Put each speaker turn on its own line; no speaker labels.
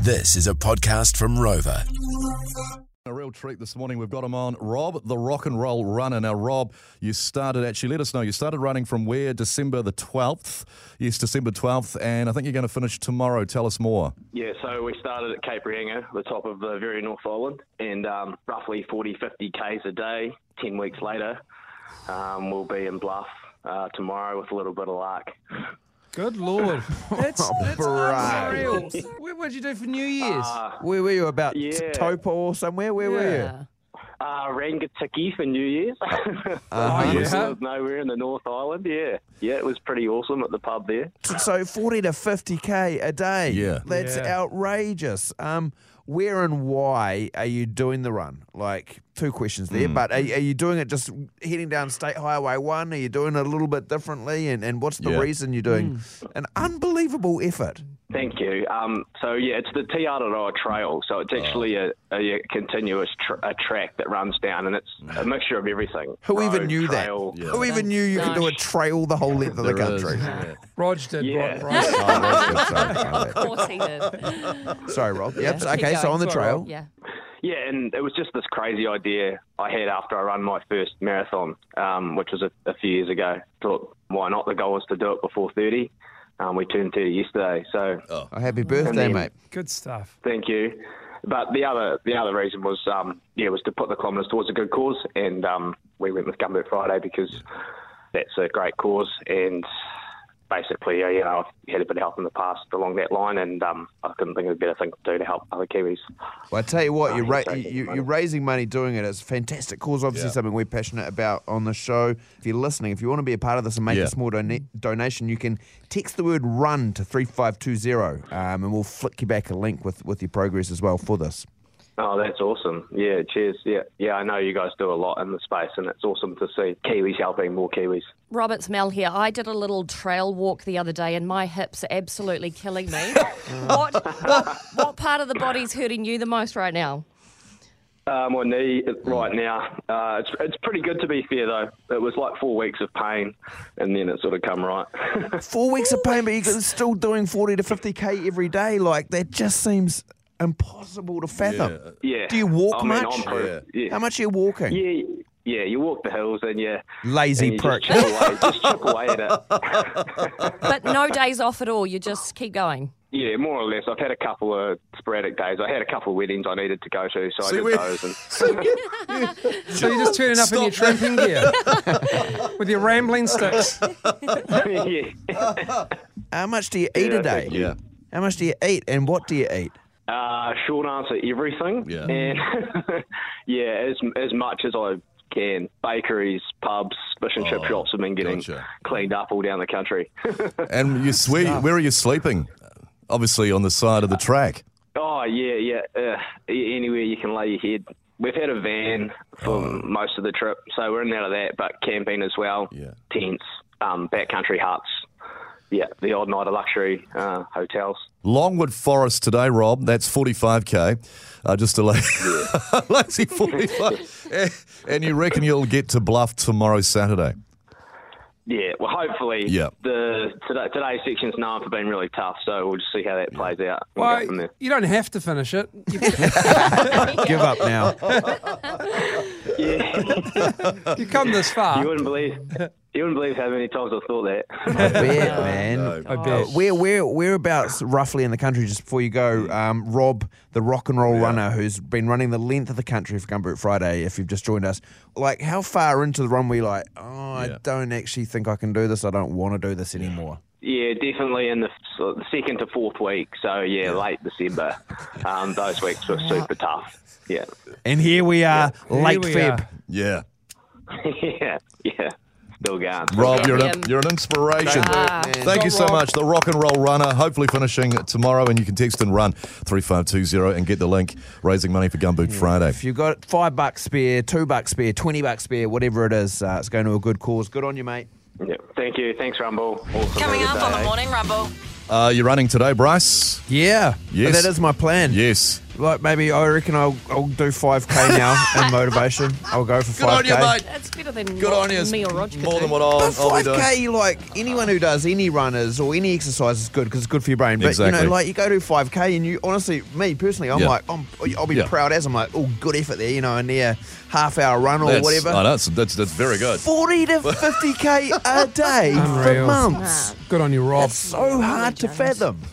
This is a podcast from Rover.
A real treat this morning. We've got him on. Rob, the rock and roll runner. Now, Rob, you started actually, let us know, you started running from where? December the 12th. Yes, December 12th. And I think you're going to finish tomorrow. Tell us more.
Yeah, so we started at Cape Reinga, the top of the very North Island, and um, roughly 40, 50 Ks a day. 10 weeks later, um, we'll be in Bluff uh, tomorrow with a little bit of luck.
Good lord. That's, that's
Bro.
unreal. What would you do for New Year's?
Where were you? About t-
Yeah.
Taupo or somewhere? Where were
Yeah.
Uh, Rangatiki for New Year's.
Uh-huh.
Just
Yeah.
out of nowhere in the North Island, yeah. Yeah, it was pretty awesome at the pub there.
you? So 40 to 50k a day.
Yeah.
That's
Yeah.
outrageous. Um, where and why are you doing the run? Like, two questions there, but are, are you doing it just heading down State Highway 1? Are you doing it a little bit differently? And, and what's the
Yeah.
reason you're doing
Hmm.
an unbelievable effort?
Thank you. Um, so yeah, it's the Tiararoa Trail. So it's actually a, a continuous tr- a track that runs down, and it's a mixture of everything.
Who even
Road,
knew
trail.
that? Who even knew you could do a trail the whole length of the country?
Rog did.
Yeah.
Rog, Rog.
Oh, that's good. Sorry, my bad.
Of course he did.
Sorry, Rob. Yep.
Keep
Okay, so
going.
on the
Sorry,
trail.
Rob.
Yeah.
Yeah, and it was just this crazy idea I had after I ran my first marathon, um, which was a, a few years ago. Thought, why not? The goal was to do it before 30. Um, we turned 30 yesterday, so
Oh, happy birthday,
then-
mate.
Good stuff.
thank you. But the other the other reason was um, yeah was to put the kilometres towards a good cause, and um, we went with Gumboot Friday because that's a great cause, and basically uh, you know I've had a bit of help in the past along that line, and um, I couldn't think of a better thing to do to help other Kiwis.
Well, I tell you what,
Oh, you're
you're, ra-
taking
you,
money.
you're raising money doing it. It's a fantastic cause. Obviously, something we're passionate about on the show. If you're listening, if you want to be a part of this and make
Yeah.
a small dona- donation, you can text the word run to 35520 um, and we'll flick you back a link with, with your progress as well for this.
Oh, that's awesome. Yeah, cheers. Yeah, yeah, I know you guys do a lot in the space, and it's awesome to see Kiwis helping more Kiwis.
Robert's Mel here. I did a little trail walk the other day and my hips are absolutely killing me. what, what what part of the body's hurting you the most right now?
Uh, my knee right now, uh, it's, it's pretty good to be fair, though. It was like four weeks of pain, and then it sort of come right.
Four weeks of pain, but you're still doing 40 to 50K every day. Like, that just seems impossible to fathom.
yeah.
Do you walk
I mean,
much?
I'm pretty- yeah.
How much are you walking?
Yeah, yeah, you walk the hills, and yeah.
Lazy
and you
prick.
Just chip, away, just chip away at it.
But no days off at all. You just keep going.
Yeah, more or less. I've had a couple of sporadic days. I had a couple of weddings I needed to go to, so
See,
I
we-
did those. And,
So you're just turning up in your
Stop
tramping gear with your rambling sticks.
yeah.
How much do you eat
Yeah,
a day?
thank you.
Yeah.
How much do you eat and what do you eat?
Uh, short answer, everything.
Yeah.
And yeah, as as much as I can. Bakeries, pubs, fish and chip shops have been getting
Oh, gotcha.
cleaned up all down the country.
And you swear, where are you sleeping? Obviously, on the side of the track.
oh yeah, yeah. Uh, a- anywhere you can lay your head. We've had a van for
Oh.
most of the trip, so we're in and out of that. But camping as well,
Yeah.
tents, um, backcountry huts. Yeah, the odd night of luxury uh, hotels.
Longwood Forest today, Rob. That's 45k. Uh, just a la- lazy 45. And- and you reckon you'll get to Bluff tomorrow, Saturday?
Yeah, well, hopefully
Yeah.
the today, today's section's known for being really tough, so we'll just see how that plays out. and go
Well,
from there.
you don't have to finish it. You,
Give up now.
Yeah,
you come this
you
far.
wouldn't believe you wouldn't believe how many times I thought that.
I bet, man.
I
Uh,
bet.
Where, where, whereabouts roughly in the country, just before you go, um, Rob, the rock and roll runner who's been running the length of the country for Gumboot Friday, if you've just joined us, like how far into the run were you like, oh, I don't actually think I can do this. I don't want to do this anymore.
yeah, definitely in the, so the second to fourth week. So yeah, late December. Um, those weeks were super tough. Yeah,
And here we are, late
we
Feb.
are.
Yeah.
yeah, yeah. Still going.
Rob, you're an,
Brilliant.
you're an inspiration.
Ah.
Thank you
Go,
so
Rob.
much. The rock and roll runner, hopefully finishing tomorrow, and you can text and run 3520 and get the link raising money for Gumboot Friday.
If you've got five bucks spare, two bucks spare, 20 bucks spare, whatever it is, uh, it's going to a good cause. Good on you, mate.
Yeah. Thank you. Thanks, Rumble. Awesome.
Coming
Have
up
a good
on the
day.
Morning Rumble.
Uh, you're running today, Bryce?
Yeah.
Yes.
That is my plan.
Yes.
Like maybe I reckon I'll, I'll do 5k now in motivation. I'll go for 5k.
Good on you, mate.
That's better than
Good
what
on you. It's
me or Roger could
More
do.
than what I'll,
But
I'll be
five
doing.
k, like anyone who does any runners or any exercise is good because it's good for your brain. But you
Exactly.
know, like you go to five k and you honestly, me personally, I'm
Yeah.
like, I'm, I'll be
Yeah.
proud as I'm like, oh, good effort there, you know, in their half hour run or
That's,
whatever.
I know, that's, that's, that's very good.
Forty to fifty k a day for
Unreal.
months.
Good on you, Rob.
That's so hard to fathom.